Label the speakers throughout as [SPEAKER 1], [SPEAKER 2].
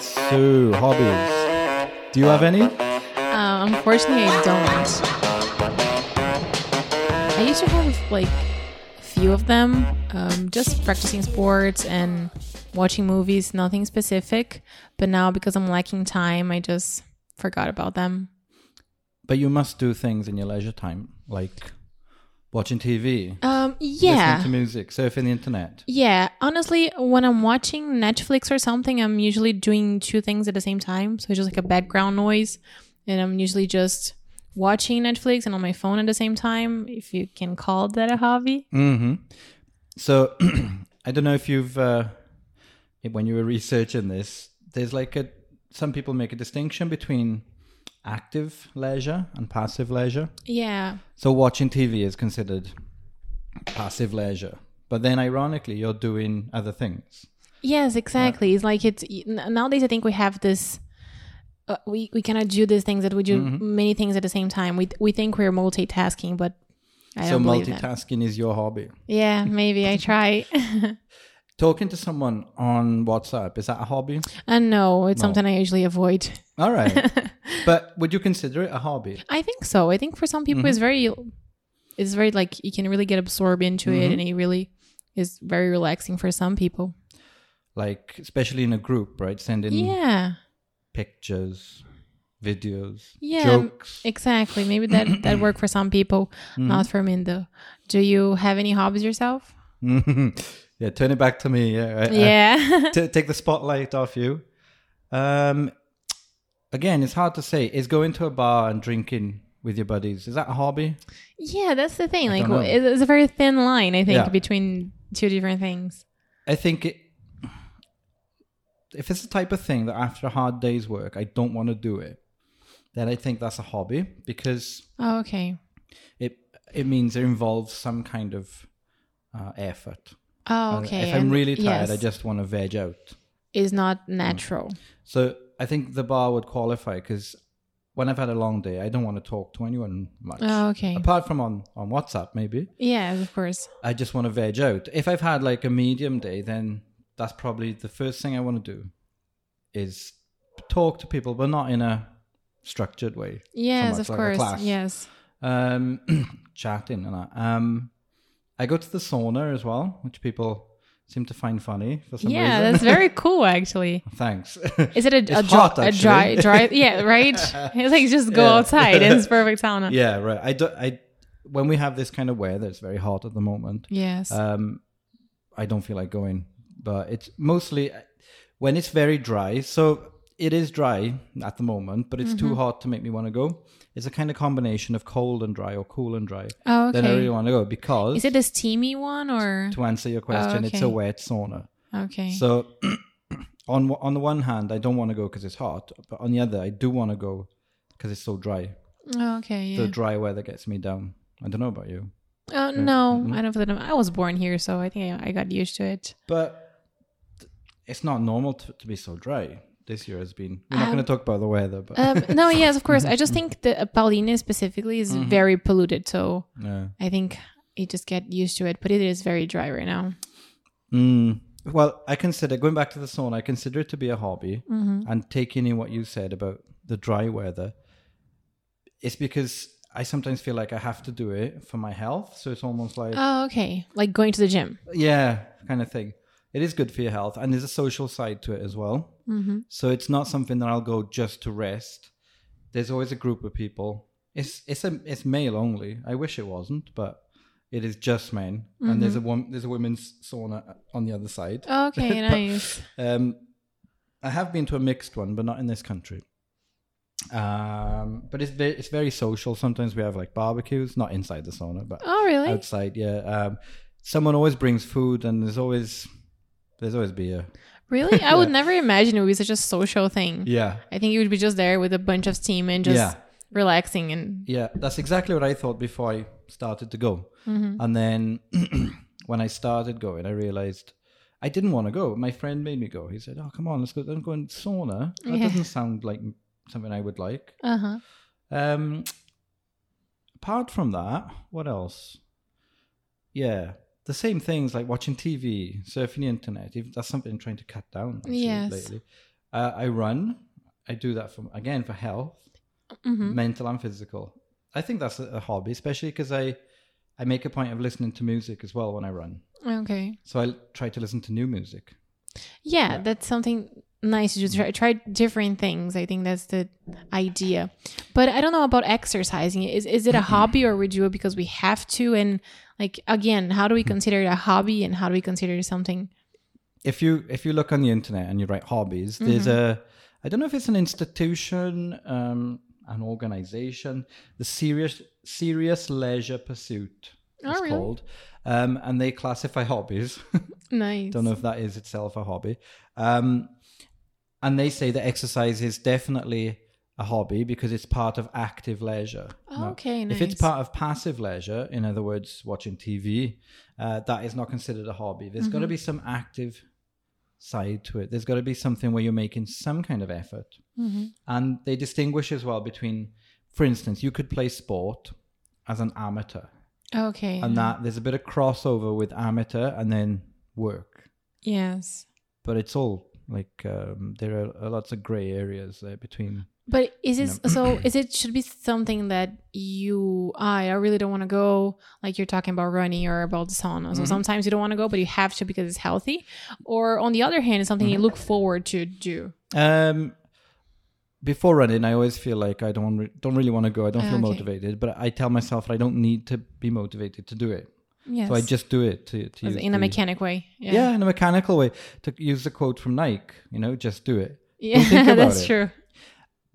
[SPEAKER 1] So, hobbies. Do you have any?
[SPEAKER 2] Uh, unfortunately, I don't. I used to have like a few of them, um, just practicing sports and watching movies, nothing specific. But now, because I'm lacking time, I just forgot about them.
[SPEAKER 1] But you must do things in your leisure time, like watching TV,
[SPEAKER 2] Um, yeah.
[SPEAKER 1] listening to music, surfing the internet.
[SPEAKER 2] Yeah, honestly, when I'm watching Netflix or something, I'm usually doing two things at the same time. So it's just like a background noise, and I'm usually just watching Netflix and on my phone at the same time, if you can call that a hobby.
[SPEAKER 1] hmm So, I don't know if you've, uh, when you were researching this, there's like a, some people make a distinction between active leisure and passive leisure.
[SPEAKER 2] Yeah.
[SPEAKER 1] So watching TV is considered passive leisure. But then ironically, you're doing other things.
[SPEAKER 2] Yes, exactly. It's like it's n- nowadays. I think we have this. Uh, we we cannot do these things that we do many things at the same time. We we think we're multitasking, but I
[SPEAKER 1] So
[SPEAKER 2] don't believe that.
[SPEAKER 1] multitasking is your hobby.
[SPEAKER 2] Yeah, maybe I try.
[SPEAKER 1] Talking to someone on WhatsApp, is that a hobby?
[SPEAKER 2] and no, it's something I usually avoid.
[SPEAKER 1] All right. but would you consider it a hobby?
[SPEAKER 2] I think so. I think for some people, it's very, it's very like you can really get absorbed into it, and it really is very relaxing for some people.
[SPEAKER 1] Like, especially in a group, right? Sending
[SPEAKER 2] Yeah,
[SPEAKER 1] pictures, videos,
[SPEAKER 2] yeah,
[SPEAKER 1] jokes.
[SPEAKER 2] exactly. Maybe that that work for some people, not for me though. Do you have any hobbies yourself?
[SPEAKER 1] yeah, turn it back to me. Yeah. I- I-
[SPEAKER 2] yeah,
[SPEAKER 1] t- take the spotlight off you. Um, again, it's hard to say. Is going to a bar and drinking with your buddies is that a hobby?
[SPEAKER 2] yeah. That's the thing. Like,
[SPEAKER 1] don't know.
[SPEAKER 2] it- it's a very thin line, I think,
[SPEAKER 1] Yeah.
[SPEAKER 2] between two different things.
[SPEAKER 1] I think it. If it's the type of thing that after a hard day's work I don't want to do it, then I think that's a hobby because
[SPEAKER 2] Oh, okay.
[SPEAKER 1] it it means it involves some kind of uh, effort.
[SPEAKER 2] Oh,
[SPEAKER 1] And
[SPEAKER 2] okay.
[SPEAKER 1] If I'm
[SPEAKER 2] and-
[SPEAKER 1] really tired,
[SPEAKER 2] yes,
[SPEAKER 1] I just Mm. want to veg out.
[SPEAKER 2] it's not natural.
[SPEAKER 1] So I think the bar would qualify because when I've had a long day, I don't want to talk to anyone much.
[SPEAKER 2] Oh, okay.
[SPEAKER 1] apart from on on WhatsApp, maybe
[SPEAKER 2] Yes, of course.
[SPEAKER 1] I just want to veg out. If I've had like a medium day, then that's probably the first thing I want to do is talk to people, but not in a structured way.
[SPEAKER 2] Yes,
[SPEAKER 1] much
[SPEAKER 2] of
[SPEAKER 1] like a
[SPEAKER 2] course.
[SPEAKER 1] class.
[SPEAKER 2] Yes.
[SPEAKER 1] Um, chatting and that. Um, I go to the sauna as well, which people seem to find funny for some
[SPEAKER 2] yeah,
[SPEAKER 1] reason.
[SPEAKER 2] that's very cool, actually.
[SPEAKER 1] Thanks.
[SPEAKER 2] Is it a, a, dry,
[SPEAKER 1] hot,
[SPEAKER 2] a dry,
[SPEAKER 1] actually.
[SPEAKER 2] dry? Yeah, right. It's like just go
[SPEAKER 1] Yeah.
[SPEAKER 2] outside. and It's perfect sauna.
[SPEAKER 1] yeah, right. I do, I when we have this kind of weather, it's very hot at the moment.
[SPEAKER 2] Yes.
[SPEAKER 1] Um, I don't feel like going, but it's mostly uh, when it's very dry. So it is dry at the moment, but it's
[SPEAKER 2] Mm-hmm.
[SPEAKER 1] too hot to make me want to go. It's a kind of combination of cold and dry or cool and dry.
[SPEAKER 2] oh,
[SPEAKER 1] Then I
[SPEAKER 2] okay.
[SPEAKER 1] really want to go because
[SPEAKER 2] Is it a steamy one or?
[SPEAKER 1] to answer your question, it's a
[SPEAKER 2] okay.
[SPEAKER 1] wet sauna.
[SPEAKER 2] Okay.
[SPEAKER 1] So on on the one hand, I don't want to go because it's hot, but on the other, I do want to go because it's so dry.
[SPEAKER 2] Oh, okay.
[SPEAKER 1] The
[SPEAKER 2] Yeah.
[SPEAKER 1] dry weather gets me down. I don't know about you.
[SPEAKER 2] oh no,
[SPEAKER 1] Mm-hmm.
[SPEAKER 2] I don't feel that. I was born here, so I think I, I got used to it.
[SPEAKER 1] But th- it's not normal to, to be so dry. This year has been. We're not
[SPEAKER 2] Um,
[SPEAKER 1] going to talk about the weather, but
[SPEAKER 2] Um, no, yes, of course. I just think the uh, Paulina specifically is
[SPEAKER 1] Mm-hmm.
[SPEAKER 2] very polluted, so
[SPEAKER 1] yeah.
[SPEAKER 2] I think you just get used to it. But it is very dry right now.
[SPEAKER 1] Mm. Well, I consider going back to the sauna. I consider it to be a hobby,
[SPEAKER 2] Mm-hmm.
[SPEAKER 1] and taking in what you said about the dry weather. It's because I sometimes feel like I have to do it for my health. So it's almost like
[SPEAKER 2] Oh, okay. Like going to the gym.
[SPEAKER 1] yeah, kind of thing. It is good for your health, and there's a social side to it as well. Mm-hmm. So it's not something that I'll go just to rest. There's always a group of people. It's it's a it's male only. I wish it wasn't, but it is just men. And there's a one there's a women's sauna on the other side.
[SPEAKER 2] Oh, Okay, nice.
[SPEAKER 1] Um, I have been to a mixed one, but not in this country. Um, but it's very, it's very social. Sometimes we have like barbecues, not inside the sauna, but
[SPEAKER 2] Oh, really?
[SPEAKER 1] outside. Yeah. Um, someone always brings food, and there's always there's always beer.
[SPEAKER 2] Really? I would never imagine it would be such a social thing.
[SPEAKER 1] Yeah,
[SPEAKER 2] I think you would be just there with a bunch of steam and just
[SPEAKER 1] Yeah.
[SPEAKER 2] relaxing and
[SPEAKER 1] yeah. That's exactly what I thought before I started to go.
[SPEAKER 2] Mm-hmm.
[SPEAKER 1] And then when I started going, I realized I didn't want to go. My friend made me go. He said, "Oh, come on, let's go. Let's go in sauna. That
[SPEAKER 2] Yeah.
[SPEAKER 1] doesn't sound like something I would like."
[SPEAKER 2] uh huh.
[SPEAKER 1] Um, apart from that, what else? Yeah, the same things like watching TV, surfing the internet. Even that's something I'm trying to cut down actually,
[SPEAKER 2] Yes.
[SPEAKER 1] lately. Uh, I run. I do that for again for health,
[SPEAKER 2] Mhm.
[SPEAKER 1] mental and physical. I think that's a, a hobby, especially because I I make a point of listening to music as well when I run.
[SPEAKER 2] Mm-hmm. Okay.
[SPEAKER 1] So I l- try to listen to new music.
[SPEAKER 2] Yeah, that's something nice to do. Try, try different things. I think that's the idea. But I don't know about exercising. Is is
[SPEAKER 1] Mm-hmm.
[SPEAKER 2] it a hobby or we do it because we have to? And like again, how
[SPEAKER 1] Mm-hmm.
[SPEAKER 2] do we consider it a hobby and how do we consider it something?
[SPEAKER 1] If you if you look on the internet and you write hobbies, there's
[SPEAKER 2] Mm-hmm.
[SPEAKER 1] a I don't know if it's an institution, um, an organization, the serious serious leisure pursuit.
[SPEAKER 2] Oh,
[SPEAKER 1] It's
[SPEAKER 2] really?
[SPEAKER 1] called, um, and they classify hobbies.
[SPEAKER 2] Nice.
[SPEAKER 1] don't know if that is itself a hobby. Um, and they say that exercise is definitely a hobby because it's part of active leisure.
[SPEAKER 2] Oh,
[SPEAKER 1] Now,
[SPEAKER 2] Okay,
[SPEAKER 1] If it's
[SPEAKER 2] nice.
[SPEAKER 1] part of passive leisure, in other words, watching TV, uh, that is not considered a hobby. There's got to be some active side to it. There's got to be something where you're making some kind of effort.
[SPEAKER 2] Mm-hmm.
[SPEAKER 1] And they distinguish as well between, for instance, you could play sport as an amateur,
[SPEAKER 2] Okay.
[SPEAKER 1] and that there's a bit of crossover with amateur and then work
[SPEAKER 2] yes.
[SPEAKER 1] but it's all like um, there are uh, lots of gray areas there between
[SPEAKER 2] But is it so? Is it should be something that you I I really don't want to go like you're talking about running or about the sauna.
[SPEAKER 1] Mm-hmm.
[SPEAKER 2] So sometimes you don't want to go, but you have to because it's healthy. Or on the other hand, it's something you
[SPEAKER 1] Mm-hmm.
[SPEAKER 2] look forward to do.
[SPEAKER 1] um before running i always feel like i don't re- don't really want to go i don't
[SPEAKER 2] Ah,
[SPEAKER 1] feel
[SPEAKER 2] okay.
[SPEAKER 1] motivated but i tell myself i don't need to be motivated to do it
[SPEAKER 2] Yes,
[SPEAKER 1] so i just do it to, to use
[SPEAKER 2] in a
[SPEAKER 1] the-
[SPEAKER 2] mechanic way. Yeah,
[SPEAKER 1] yeah. in a mechanical way to use the quote from nike you know just do it
[SPEAKER 2] Yeah,
[SPEAKER 1] Don't think about
[SPEAKER 2] that's
[SPEAKER 1] it.
[SPEAKER 2] true.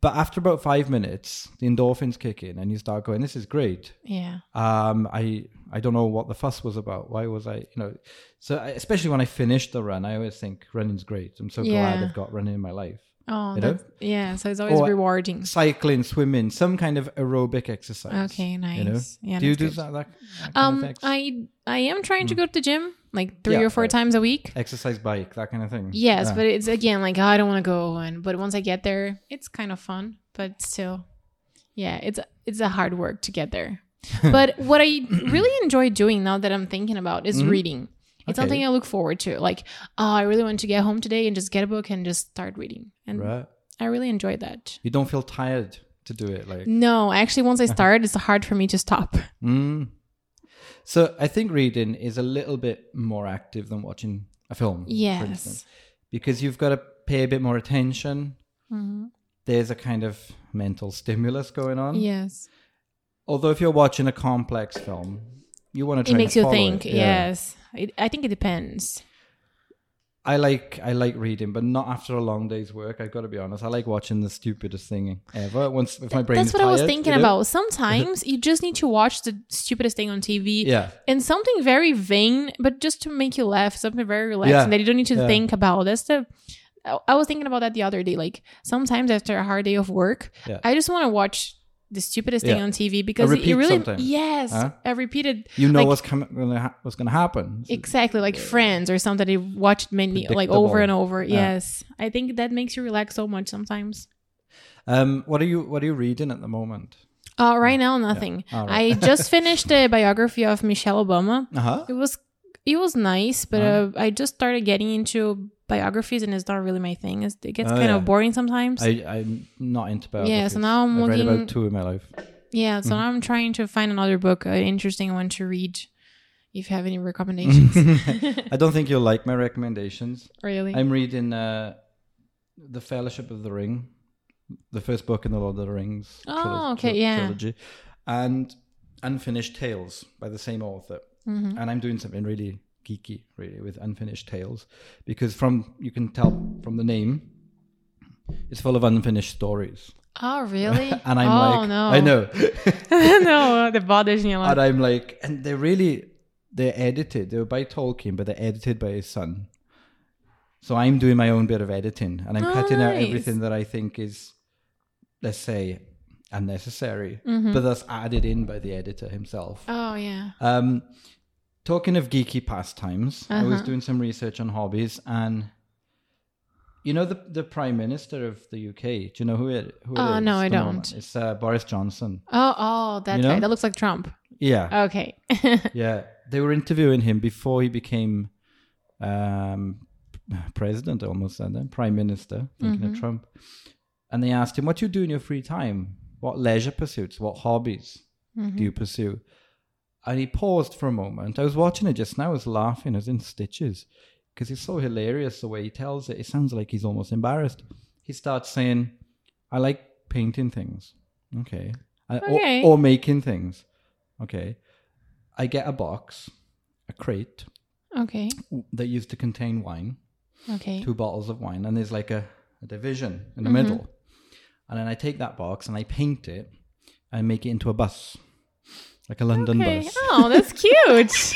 [SPEAKER 1] but after about five minutes the endorphins kick in and you start going this is great
[SPEAKER 2] Yeah,
[SPEAKER 1] um i i don't know what the fuss was about why was i you know so I, especially when i finished the run i always think running's great i'm so glad
[SPEAKER 2] Yeah.
[SPEAKER 1] i've got running in my life
[SPEAKER 2] oh,
[SPEAKER 1] You know?
[SPEAKER 2] that's, yeah. So it's always
[SPEAKER 1] Or-
[SPEAKER 2] rewarding.
[SPEAKER 1] cycling swimming some kind of aerobic exercise
[SPEAKER 2] Okay, nice.
[SPEAKER 1] you know
[SPEAKER 2] Yeah,
[SPEAKER 1] do you do
[SPEAKER 2] that's good.
[SPEAKER 1] that, that, that kind of
[SPEAKER 2] Um,
[SPEAKER 1] ex-
[SPEAKER 2] I I am trying to go to the gym like three
[SPEAKER 1] Yeah,
[SPEAKER 2] or four
[SPEAKER 1] right.
[SPEAKER 2] times a week.
[SPEAKER 1] exercise bike that kind of thing
[SPEAKER 2] Yes,
[SPEAKER 1] Yeah.
[SPEAKER 2] but it's again like "Oh, I don't want to go and but once I get there, it's kind of fun, but still yeah, it's it's a hard work to get there. but what I really enjoy doing now that I'm thinking about is reading. It's
[SPEAKER 1] Mm-hmm. Okay.
[SPEAKER 2] something I look forward to. Like, oh, I really want to get home today and just get a book and just start reading. And
[SPEAKER 1] right
[SPEAKER 2] I really enjoy that.
[SPEAKER 1] you don't feel tired to do it like
[SPEAKER 2] No, actually once I start, it's hard for me to stop.
[SPEAKER 1] mm. so i think reading is a little bit more active than watching a film for instance,
[SPEAKER 2] Yes.
[SPEAKER 1] because you've got to pay a bit more attention
[SPEAKER 2] Mhm.
[SPEAKER 1] there's a kind of mental stimulus going on.
[SPEAKER 2] Yes.
[SPEAKER 1] Although if you're watching a complex film, you want to
[SPEAKER 2] It
[SPEAKER 1] try
[SPEAKER 2] makes
[SPEAKER 1] and
[SPEAKER 2] you
[SPEAKER 1] follow
[SPEAKER 2] think.
[SPEAKER 1] it.
[SPEAKER 2] Yes. It, I think it depends.
[SPEAKER 1] I like I like reading, but not after a long day's work. I've got to be honest. I like watching the stupidest thing ever. Once if my brain
[SPEAKER 2] That's
[SPEAKER 1] is
[SPEAKER 2] what I was
[SPEAKER 1] tired,
[SPEAKER 2] thinking
[SPEAKER 1] you know?
[SPEAKER 2] about. Sometimes you just need to watch the stupidest thing on TV
[SPEAKER 1] Yeah.
[SPEAKER 2] and something very vain, but just to make you laugh, something very relaxing
[SPEAKER 1] Yeah.
[SPEAKER 2] that you don't need to
[SPEAKER 1] Yeah.
[SPEAKER 2] think about. That's the. I I was thinking about that the other day. Like sometimes after a hard day of work,
[SPEAKER 1] Yeah.
[SPEAKER 2] I just want to watch the stupidest thing
[SPEAKER 1] Yeah.
[SPEAKER 2] on TV because it-
[SPEAKER 1] repeat
[SPEAKER 2] it really
[SPEAKER 1] sometimes.
[SPEAKER 2] yes,
[SPEAKER 1] Huh?
[SPEAKER 2] I repeated
[SPEAKER 1] You know
[SPEAKER 2] Like-
[SPEAKER 1] what's coming gonna ha- what's going to happen.
[SPEAKER 2] exactly like Friends or something. I watched many like over
[SPEAKER 1] Predictable.
[SPEAKER 2] and over.
[SPEAKER 1] Yeah.
[SPEAKER 2] Yes, I think that makes you relax so much sometimes.
[SPEAKER 1] Um what are you what are you reading at the moment?
[SPEAKER 2] Uh, right now, nothing.
[SPEAKER 1] All right.
[SPEAKER 2] I just finished the biography of Michelle Obama.
[SPEAKER 1] Uh-huh.
[SPEAKER 2] It was it was nice, but uh, I just started getting into biographies, and it's not really my thing. It's, it gets
[SPEAKER 1] Oh,
[SPEAKER 2] kind
[SPEAKER 1] yeah.
[SPEAKER 2] of boring sometimes.
[SPEAKER 1] I I'm not into biographies.
[SPEAKER 2] Yeah, so now I'm
[SPEAKER 1] I've read
[SPEAKER 2] looking-
[SPEAKER 1] about two in my life.
[SPEAKER 2] yeah,
[SPEAKER 1] Mm-hmm.
[SPEAKER 2] so now I'm trying to find another book, an interesting one to read. If you have any recommendations,
[SPEAKER 1] I don't think you'll like my recommendations.
[SPEAKER 2] really?
[SPEAKER 1] I'm reading uh, The Fellowship of the Ring, the first book in the Lord of the Rings.
[SPEAKER 2] Oh, okay, yeah.
[SPEAKER 1] Trilogy, and Unfinished Tales by the same author.
[SPEAKER 2] Mm-hmm.
[SPEAKER 1] And I'm doing something really geeky, really, with Unfinished Tales, because from you can tell from the name, it's full of unfinished stories.
[SPEAKER 2] oh, really?
[SPEAKER 1] And I'm
[SPEAKER 2] oh,
[SPEAKER 1] like,
[SPEAKER 2] no,
[SPEAKER 1] I know,
[SPEAKER 2] no, that bothers me a lot.
[SPEAKER 1] and I'm like, and they're really they're edited. They were by Tolkien, but they're edited by his son. So I'm doing my own bit of editing, and I'm
[SPEAKER 2] Oh,
[SPEAKER 1] cutting out
[SPEAKER 2] nice.
[SPEAKER 1] everything that I think is, let's say, unnecessary,
[SPEAKER 2] Mm-hmm.
[SPEAKER 1] but that's added in by the editor himself.
[SPEAKER 2] oh yeah.
[SPEAKER 1] Um, talking of geeky pastimes, I was
[SPEAKER 2] Uh-huh.
[SPEAKER 1] doing some research on hobbies, and you know the the prime minister of the UK. Do you know who it? Who it
[SPEAKER 2] Oh, no,
[SPEAKER 1] is
[SPEAKER 2] I
[SPEAKER 1] at the moment?
[SPEAKER 2] don't.
[SPEAKER 1] It's uh, Boris Johnson.
[SPEAKER 2] Oh, oh, that
[SPEAKER 1] You know?
[SPEAKER 2] guy. That looks like Trump.
[SPEAKER 1] Yeah.
[SPEAKER 2] Okay.
[SPEAKER 1] Yeah, they were interviewing him before he became um, president, I almost said that, prime minister, thinking of Trump. And they asked him, What do you do in your free time? What leisure pursuits, what hobbies do you pursue? And he paused for a moment. I was watching it just now, I was laughing, I was in stitches because it's so hilarious the way he tells it. It sounds like he's almost embarrassed. He starts saying, I like painting things. Okay. I- or-
[SPEAKER 2] Okay.
[SPEAKER 1] or making things. Okay. I get a box, a crate
[SPEAKER 2] Okay.
[SPEAKER 1] that used to contain wine
[SPEAKER 2] Okay.
[SPEAKER 1] two bottles of wine and there's like a, a division in the
[SPEAKER 2] Mm-hmm.
[SPEAKER 1] middle and then i take that box and i paint it and make it into a bus like a london
[SPEAKER 2] Okay.
[SPEAKER 1] bus
[SPEAKER 2] Oh, that's cute.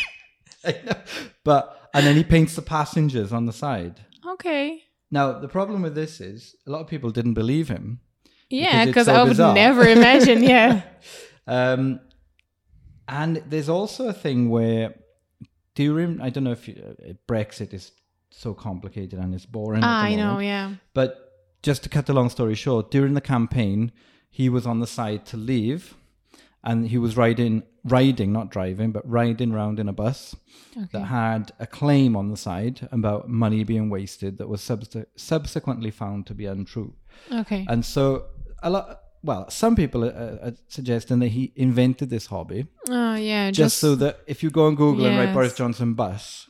[SPEAKER 1] but and then he paints the passengers on the side
[SPEAKER 2] okay.
[SPEAKER 1] now the problem with this is a lot of people didn't believe him
[SPEAKER 2] Yeah,
[SPEAKER 1] Because it's
[SPEAKER 2] because
[SPEAKER 1] so
[SPEAKER 2] I would
[SPEAKER 1] bizarre.
[SPEAKER 2] never imagine. Yeah.
[SPEAKER 1] um, and there's also a thing where do you rem- i don't know if you, uh, brexit is so complicated and it's boring at
[SPEAKER 2] Ah,
[SPEAKER 1] the
[SPEAKER 2] I know.
[SPEAKER 1] moment.
[SPEAKER 2] Yeah.
[SPEAKER 1] But just to cut the long story short, during the campaign, he was on the side to leave, and he was riding, riding, not driving, but riding round in a bus that had a claim on the side about money being wasted that was subse- subsequently found to be untrue.
[SPEAKER 2] Okay.
[SPEAKER 1] And so a lot. Well, some people are, are suggesting that he invented this hobby
[SPEAKER 2] Oh, yeah.
[SPEAKER 1] just,
[SPEAKER 2] Just,
[SPEAKER 1] so that if you go on Google and write
[SPEAKER 2] Yes.
[SPEAKER 1] Boris Johnson bus,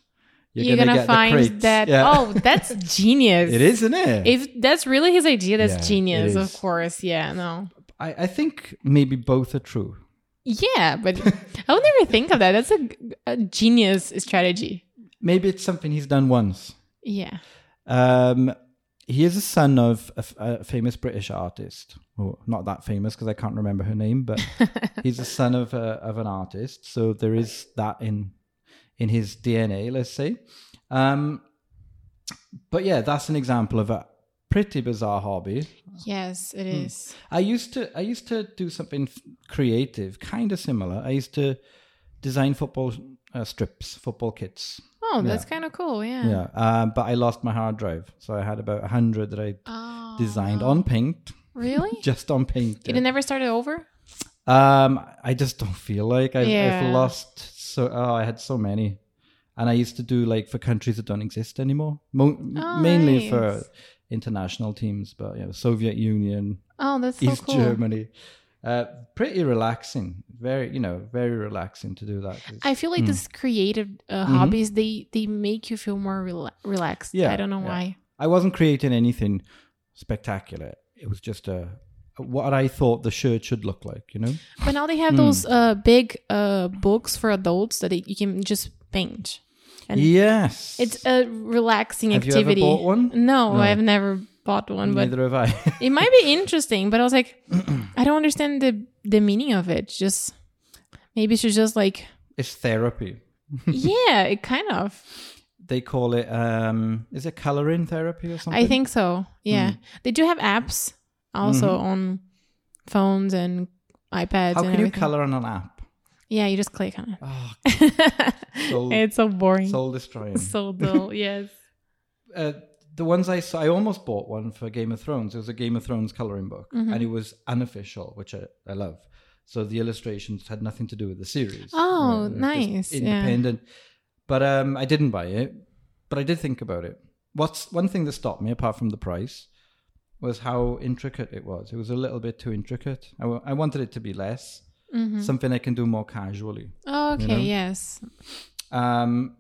[SPEAKER 1] you're,
[SPEAKER 2] you're
[SPEAKER 1] gonna,
[SPEAKER 2] gonna,
[SPEAKER 1] get the
[SPEAKER 2] find
[SPEAKER 1] crates.
[SPEAKER 2] that.
[SPEAKER 1] Yeah.
[SPEAKER 2] Oh, that's genius.
[SPEAKER 1] it is, isn't it?
[SPEAKER 2] If that's really his idea, that's
[SPEAKER 1] Yeah, it
[SPEAKER 2] genius. Of
[SPEAKER 1] is.
[SPEAKER 2] course. Yeah. No.
[SPEAKER 1] I, I think maybe both are true.
[SPEAKER 2] Yeah, but I would never think of that. That's a, g- a genius strategy.
[SPEAKER 1] Maybe it's something he's done once.
[SPEAKER 2] Yeah.
[SPEAKER 1] Um, he is a son of a, f- a famous British artist. Well, not that famous because I can't remember her name, but he's a son of a, of an artist. So there is that in in his DNA, let's say. Um, but yeah, that's an example of a pretty bizarre hobby.
[SPEAKER 2] Yes, it
[SPEAKER 1] Hmm.
[SPEAKER 2] is.
[SPEAKER 1] I used to I used to do something f- creative, kind of similar. I used to design football uh, strips, football kits.
[SPEAKER 2] Oh, that's kind of cool. Yeah.
[SPEAKER 1] Yeah, um, but I lost my hard drive, so I had about hundred that I
[SPEAKER 2] Oh,
[SPEAKER 1] designed on Paint,
[SPEAKER 2] really?
[SPEAKER 1] just uh, on Paint.
[SPEAKER 2] Did it never start it over?
[SPEAKER 1] Um, I just don't feel like I've,
[SPEAKER 2] Yeah.
[SPEAKER 1] I've lost so. Oh, I had so many, and I used to do like for countries that don't exist anymore, Mo-
[SPEAKER 2] Oh,
[SPEAKER 1] mainly for
[SPEAKER 2] nice.
[SPEAKER 1] international teams, but yeah, Soviet Union,
[SPEAKER 2] Oh, that's so
[SPEAKER 1] East
[SPEAKER 2] cool.
[SPEAKER 1] Germany. Uh, pretty relaxing, very you know, very relaxing to do that. 'cause-
[SPEAKER 2] I feel like these creative uh, hobbies they they make you feel more rela- relaxed.
[SPEAKER 1] Mm-hmm. Yeah,
[SPEAKER 2] I don't know
[SPEAKER 1] yeah.
[SPEAKER 2] why.
[SPEAKER 1] I wasn't creating anything spectacular. It was just a what I thought the shirt should look like, you know.
[SPEAKER 2] But now they have
[SPEAKER 1] Hmm.
[SPEAKER 2] those uh, big uh, books for adults that you can just paint. And
[SPEAKER 1] yes,
[SPEAKER 2] It's a relaxing
[SPEAKER 1] Have you ever
[SPEAKER 2] activity.
[SPEAKER 1] bought one?
[SPEAKER 2] No,
[SPEAKER 1] No.
[SPEAKER 2] I've never bought one, but
[SPEAKER 1] neither have I.
[SPEAKER 2] it might be interesting. But I was like, I don't understand the the meaning of it. Just maybe it's just like,
[SPEAKER 1] it's therapy.
[SPEAKER 2] yeah, it kind of.
[SPEAKER 1] They call it um is it coloring therapy or something?
[SPEAKER 2] I think so. Yeah,
[SPEAKER 1] Hmm.
[SPEAKER 2] they do have apps also on phones and iPads.
[SPEAKER 1] Mm-hmm. How
[SPEAKER 2] and
[SPEAKER 1] can you
[SPEAKER 2] everything.
[SPEAKER 1] color on an app?
[SPEAKER 2] Yeah, you just click on it.
[SPEAKER 1] Oh, soul-
[SPEAKER 2] it's so boring. So,
[SPEAKER 1] soul destroying.
[SPEAKER 2] dull. Yes.
[SPEAKER 1] uh, the ones I saw, I almost bought one for Game of Thrones. It was a Game of Thrones coloring book,
[SPEAKER 2] Mm-hmm.
[SPEAKER 1] and it was unofficial, which I, I love. So the illustrations had nothing to do with the series.
[SPEAKER 2] Oh,
[SPEAKER 1] It was just
[SPEAKER 2] nice, yeah.
[SPEAKER 1] Independent. But um, I didn't buy it. But I did think about it. What's one thing that stopped me, apart from the price, was how intricate it was. It was a little bit too intricate. I, w- I wanted it to be less,
[SPEAKER 2] Mm-hmm.
[SPEAKER 1] something I can do more casually.
[SPEAKER 2] Oh, Okay.
[SPEAKER 1] know?
[SPEAKER 2] Yes.
[SPEAKER 1] Um,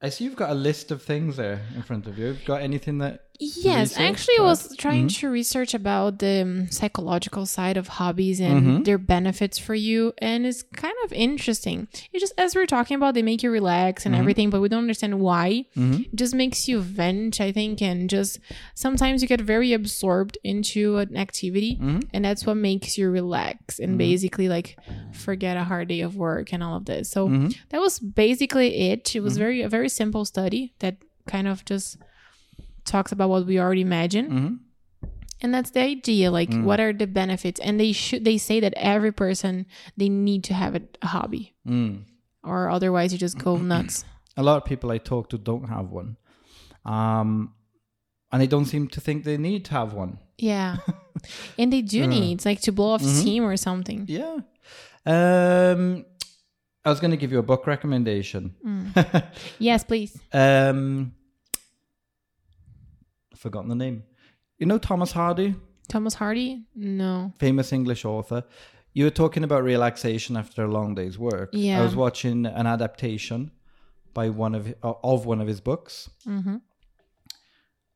[SPEAKER 1] I see you've got a list of things there in front of you. Have you Got anything that
[SPEAKER 2] Yes,
[SPEAKER 1] research
[SPEAKER 2] actually, I
[SPEAKER 1] that?
[SPEAKER 2] was trying to research about the um, psychological side of hobbies and their benefits for you, and it's kind of interesting. It just, as we are talking about, they make you relax and everything, but we don't understand why. It just makes you vent, I think, and just sometimes you get very absorbed into an activity, and that's what makes you relax and basically like forget a hard day of work and all of this. So that was basically it. It was very a very simple study that kind of just talks about what we already imagine
[SPEAKER 1] Mhm.
[SPEAKER 2] and that's the idea like
[SPEAKER 1] Mm.
[SPEAKER 2] what are the benefits and they should they say that every person they need to have a, a hobby
[SPEAKER 1] Mm.
[SPEAKER 2] or otherwise you just go nuts
[SPEAKER 1] a lot of people I talk to don't have one. Um, and they don't seem to think they need to have one.
[SPEAKER 2] yeah and they
[SPEAKER 1] Uh.
[SPEAKER 2] do need it's like to blow
[SPEAKER 1] Mm-hmm.
[SPEAKER 2] off steam or something
[SPEAKER 1] Yeah. Um, I was going to give
[SPEAKER 2] Mm.
[SPEAKER 1] you a book recommendation.
[SPEAKER 2] yes please
[SPEAKER 1] Um, forgotten the name. You know Thomas Hardy,
[SPEAKER 2] Thomas Hardy? No.
[SPEAKER 1] famous English author. You were talking about relaxation after a long day's work.
[SPEAKER 2] Yeah.
[SPEAKER 1] I was watching an adaptation by one of uh, of one of his books, mm-hmm.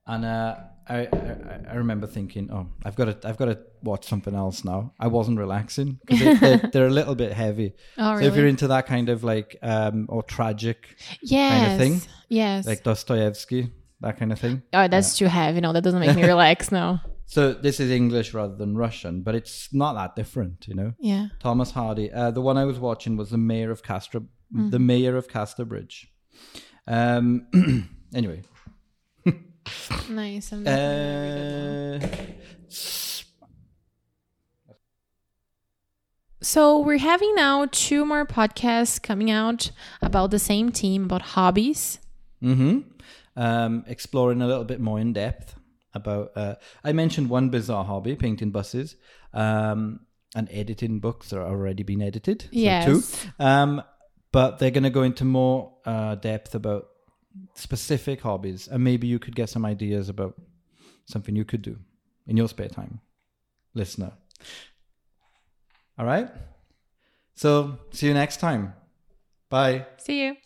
[SPEAKER 1] and uh, I, I I remember thinking, oh, I've got to I've got to watch something else now. I wasn't relaxing because they're, they're a little bit heavy.
[SPEAKER 2] Oh,
[SPEAKER 1] So if you're
[SPEAKER 2] really?
[SPEAKER 1] into that kind of like um or tragic,
[SPEAKER 2] Yes.
[SPEAKER 1] thing?
[SPEAKER 2] Yes.
[SPEAKER 1] like Dostoevsky, that kind of thing.
[SPEAKER 2] oh, that's too heavy. No, that doesn't make me relax. No.
[SPEAKER 1] So this is English rather than Russian, but it's not that different, you know.
[SPEAKER 2] Yeah.
[SPEAKER 1] Thomas Hardy. Uh, the one I was watching was the mayor of Castro, the mayor of Casterbridge. Um, anyway,
[SPEAKER 2] Nice. I'm
[SPEAKER 1] uh,
[SPEAKER 2] definitely gonna read it.
[SPEAKER 1] s-
[SPEAKER 2] So we're having now two more podcasts coming out about the same team about hobbies.
[SPEAKER 1] mhm. um, exploring a little bit more in depth about. Uh, I mentioned one bizarre hobby: painting buses, um, and editing books that are already been edited. So
[SPEAKER 2] Yes.
[SPEAKER 1] two. Um, but they're going to go into more uh, depth about specific hobbies, and maybe you could get some ideas about something you could do in your spare time, listener. All right. So see you next time. Bye.
[SPEAKER 2] See you.